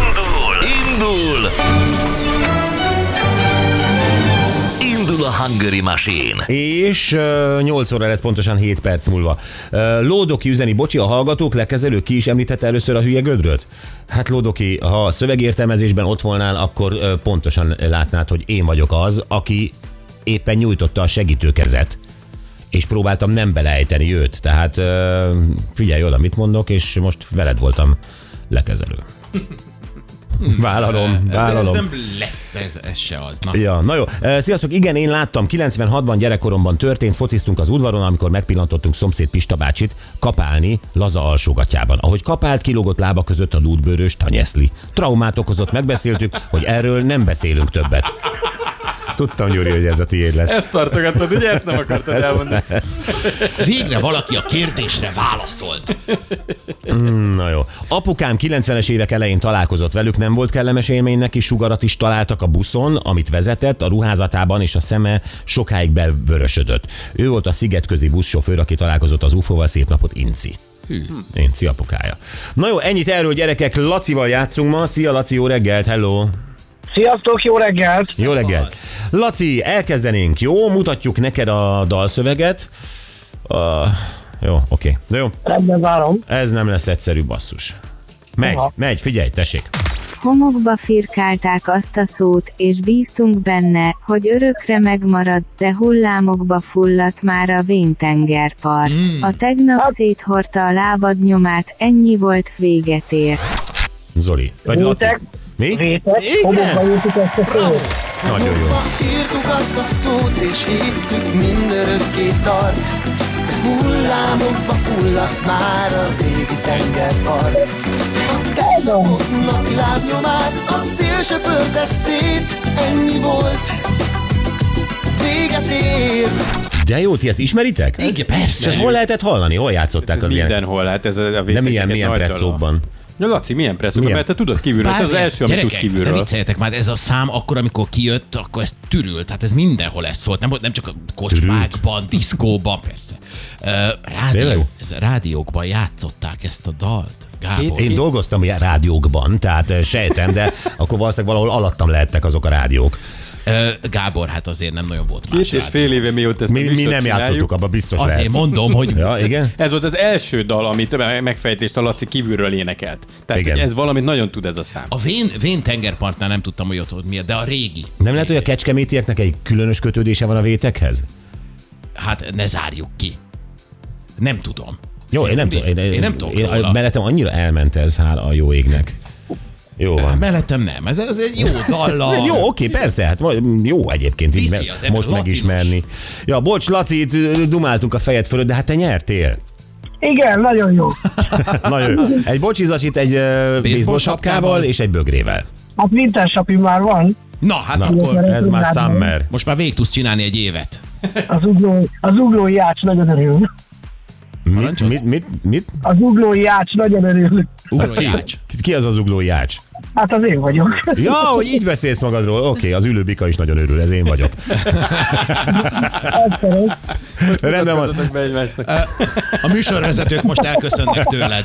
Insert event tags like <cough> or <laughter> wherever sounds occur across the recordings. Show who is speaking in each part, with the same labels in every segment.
Speaker 1: Indul! Indul! Indul a Hungary Machine!
Speaker 2: És ö, 8 óra lesz pontosan 7 perc múlva. Ö, Lódoki üzeni, bocsi, a hallgatók, lekezelő, ki is említette először a hülye gödröt? Hát Lódoki, ha a szövegértelmezésben ott volnál, akkor ö, pontosan látnád, hogy én vagyok az, aki éppen nyújtotta a segítőkezet. És próbáltam nem belejteni őt. Tehát ö, figyelj oda, mit mondok, és most veled voltam
Speaker 3: <laughs>
Speaker 2: lekezelő. Vállalom,
Speaker 3: Ez
Speaker 2: vállalom.
Speaker 3: nem lesz, ez, ez se az. Na.
Speaker 2: Ja, na jó. Ö, Sziasztok, igen, én láttam, 96-ban gyerekkoromban történt, fociztunk az udvaron, amikor megpillantottunk szomszéd Pista bácsit kapálni laza alsógatjában. Ahogy kapált, kilógott lába között a lúdbőrös tanyeszli. Traumát okozott, megbeszéltük, hogy erről nem beszélünk többet. Tudtam, Gyuri, hogy ez a tiéd lesz.
Speaker 4: Ezt tartogattad, ugye? Ezt nem akartad elmondani.
Speaker 3: Végre valaki a kérdésre válaszolt.
Speaker 2: Na jó. Apukám 90-es évek elején találkozott velük, nem volt kellemes élmény neki, sugarat is találtak a buszon, amit vezetett, a ruházatában és a szeme sokáig belvörösödött. Ő volt a szigetközi buszsofőr, aki találkozott az UFO-val, szép napot Inci. Hm. Inci apukája. Na jó, ennyit erről gyerekek, Lacival játszunk ma. Szia Laci, jó reggelt, hello!
Speaker 5: Sziasztok, jó reggelt!
Speaker 2: Jó reggelt! Laci, elkezdenénk, jó? Mutatjuk neked a dalszöveget. Uh, jó, oké. Okay. De jó,
Speaker 5: Rendben várom.
Speaker 2: ez nem lesz egyszerű basszus. Megy,
Speaker 5: Aha.
Speaker 2: megy, figyelj, tessék.
Speaker 6: Homokba firkálták azt a szót, és bíztunk benne, hogy örökre megmarad, de hullámokba fulladt már a vénytengerpart. A tegnap széthordta a lábad nyomát, ennyi volt, véget ért.
Speaker 2: Zoli. Vagy Laci.
Speaker 5: Rétek,
Speaker 2: Mi?
Speaker 5: Rétek, homokba
Speaker 2: Igen.
Speaker 5: jöttük ezt a szót.
Speaker 2: Nagyon jó.
Speaker 7: Ma írtuk azt a szót, és hittük mindörökké tart. De hullámokba fulladt már a régi tengerpart. A tegnapoknak lábnyomát a szél söpörte szét, ennyi volt. Véget ér.
Speaker 2: De jó, ti ezt ismeritek?
Speaker 3: Igen,
Speaker 2: És
Speaker 3: persze.
Speaker 2: ezt hol lehetett hallani? Hol játszották az ilyenek?
Speaker 4: Mindenhol, hát ez a, a
Speaker 2: De milyen,
Speaker 4: végteket
Speaker 2: milyen
Speaker 4: nagy
Speaker 2: presszókban?
Speaker 4: dolog. Ja, Laci, milyen presszókban?
Speaker 2: Milyen?
Speaker 4: Mert te tudod kívülről, ez az első, amit tudsz
Speaker 3: gyerekek, ne
Speaker 4: kívülről.
Speaker 3: vicceljetek már, ez a szám akkor, amikor kijött, akkor ez tűrült, tehát ez mindenhol ez szólt, nem, volt- nem csak a kocsmákban, diszkóban, persze. Ö,
Speaker 2: Tényleg?
Speaker 3: rádió, ez, rádiókban játszották ezt a dalt, Gábor.
Speaker 2: Én dolgoztam ilyen rádiókban, tehát eh, sejtem, de akkor valószínűleg valahol alattam lehettek azok a rádiók.
Speaker 3: Ö, Gábor, hát azért nem nagyon volt más
Speaker 4: Két és
Speaker 3: rádió.
Speaker 4: fél éve mióta ezt a
Speaker 2: Mi, mi
Speaker 4: műsort
Speaker 2: nem
Speaker 4: csináljuk.
Speaker 2: játszottuk, abban biztos
Speaker 3: Azért
Speaker 2: lehetsz.
Speaker 3: mondom, hogy
Speaker 2: Ja, igen?
Speaker 4: Ez volt az első dal, amit a megfejtést a Laci kívülről énekelt. Tehát
Speaker 2: Igen.
Speaker 4: Igen. ez valamit nagyon tud ez a szám.
Speaker 3: a vén, vén tengerpartnál nem tudtam, hogy ott, ott mi, a- de a régi.
Speaker 2: Nem lehet, hogy a kecskemétieknek egy különös kötődése van a vétekhez?
Speaker 3: Hát ne zárjuk ki. Nem tudom.
Speaker 2: Jó, én nem
Speaker 3: Tudni?
Speaker 2: tudom. Én,
Speaker 3: én nem tudok
Speaker 2: én-
Speaker 3: róla.
Speaker 2: Mellettem annyira elment ez, hála a jó égnek. Jó van.
Speaker 3: Hát Mellettem nem. Ez, ez
Speaker 2: <laughs>
Speaker 3: egy jó
Speaker 2: De
Speaker 3: dallal.
Speaker 2: Jó, oké, persze, hát vagy- jó egyébként így
Speaker 3: Viszi
Speaker 2: me-
Speaker 3: az ember,
Speaker 2: most
Speaker 3: latinos.
Speaker 2: megismerni. Ja, bocs, Laci, itt ö, dumáltunk a fejed fölött, de hát te nyertél.
Speaker 5: Igen, nagyon jó.
Speaker 2: Nagyon jó. Egy bocsizacsit, egy ö, baseball sapkával
Speaker 3: sapkával.
Speaker 2: és egy bögrével.
Speaker 5: Hát minden sapi már van.
Speaker 3: Na, hát
Speaker 2: Na.
Speaker 3: akkor
Speaker 5: Mert
Speaker 2: Ez már
Speaker 5: tudnád,
Speaker 2: summer.
Speaker 3: most már végig tudsz csinálni egy évet.
Speaker 5: Az uglói, az uglói ács nagyon örül.
Speaker 2: Mit,
Speaker 3: Parancsolsz?
Speaker 2: mit, mit, mit?
Speaker 5: Az uglói ács nagyon örül.
Speaker 3: Az
Speaker 2: Ugró
Speaker 3: kiács.
Speaker 2: Ki, ki az az ugló jács?
Speaker 5: Hát az én vagyok.
Speaker 2: Ja, hogy így beszélsz magadról. Oké, az ülőbika is nagyon örül, ez én vagyok.
Speaker 5: Egyszerűen.
Speaker 2: Rendben van.
Speaker 4: Mutatkozzatok be egymásnak.
Speaker 3: A műsorvezetők most elköszönnek tőled.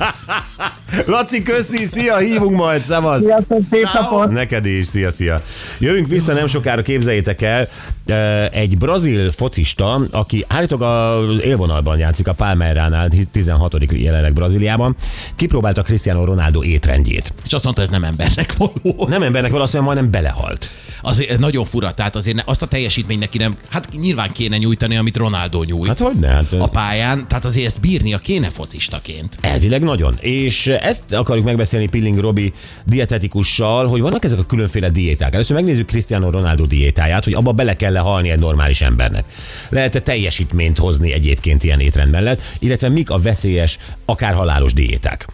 Speaker 2: Laci, köszi, szia, hívunk majd, szavasz.
Speaker 5: Sziasztok, szép napot!
Speaker 2: Neked is, szia, szia. Jövünk vissza nem sokára, képzeljétek el, eh, egy brazil focista, aki állítólag az élvonalban játszik a Palmeiránál, 16. jelenleg Brazíliában, kipróbálta Cristiano Ronaldo étrendjét.
Speaker 3: És azt mondta, ez nem embernek való.
Speaker 2: Nem embernek van azt mondja, majdnem belehalt.
Speaker 3: Azért ez nagyon fura, tehát azért ne, azt a teljesítményt neki nem, hát nyilván kéne nyújtani, amit Ronaldo nyújt
Speaker 2: Hát hogy ne? Hát,
Speaker 3: a pályán, tehát azért ezt bírnia kéne focistaként.
Speaker 2: Elvileg nagyon. És ezt akarjuk megbeszélni Pilling Robi dietetikussal, hogy vannak ezek a különféle diéták. Először megnézzük Cristiano Ronaldo diétáját, hogy abba bele kell halni egy normális embernek. Lehet-e teljesítményt hozni egyébként ilyen étrend mellett, illetve mik a veszélyes, akár halálos diéták?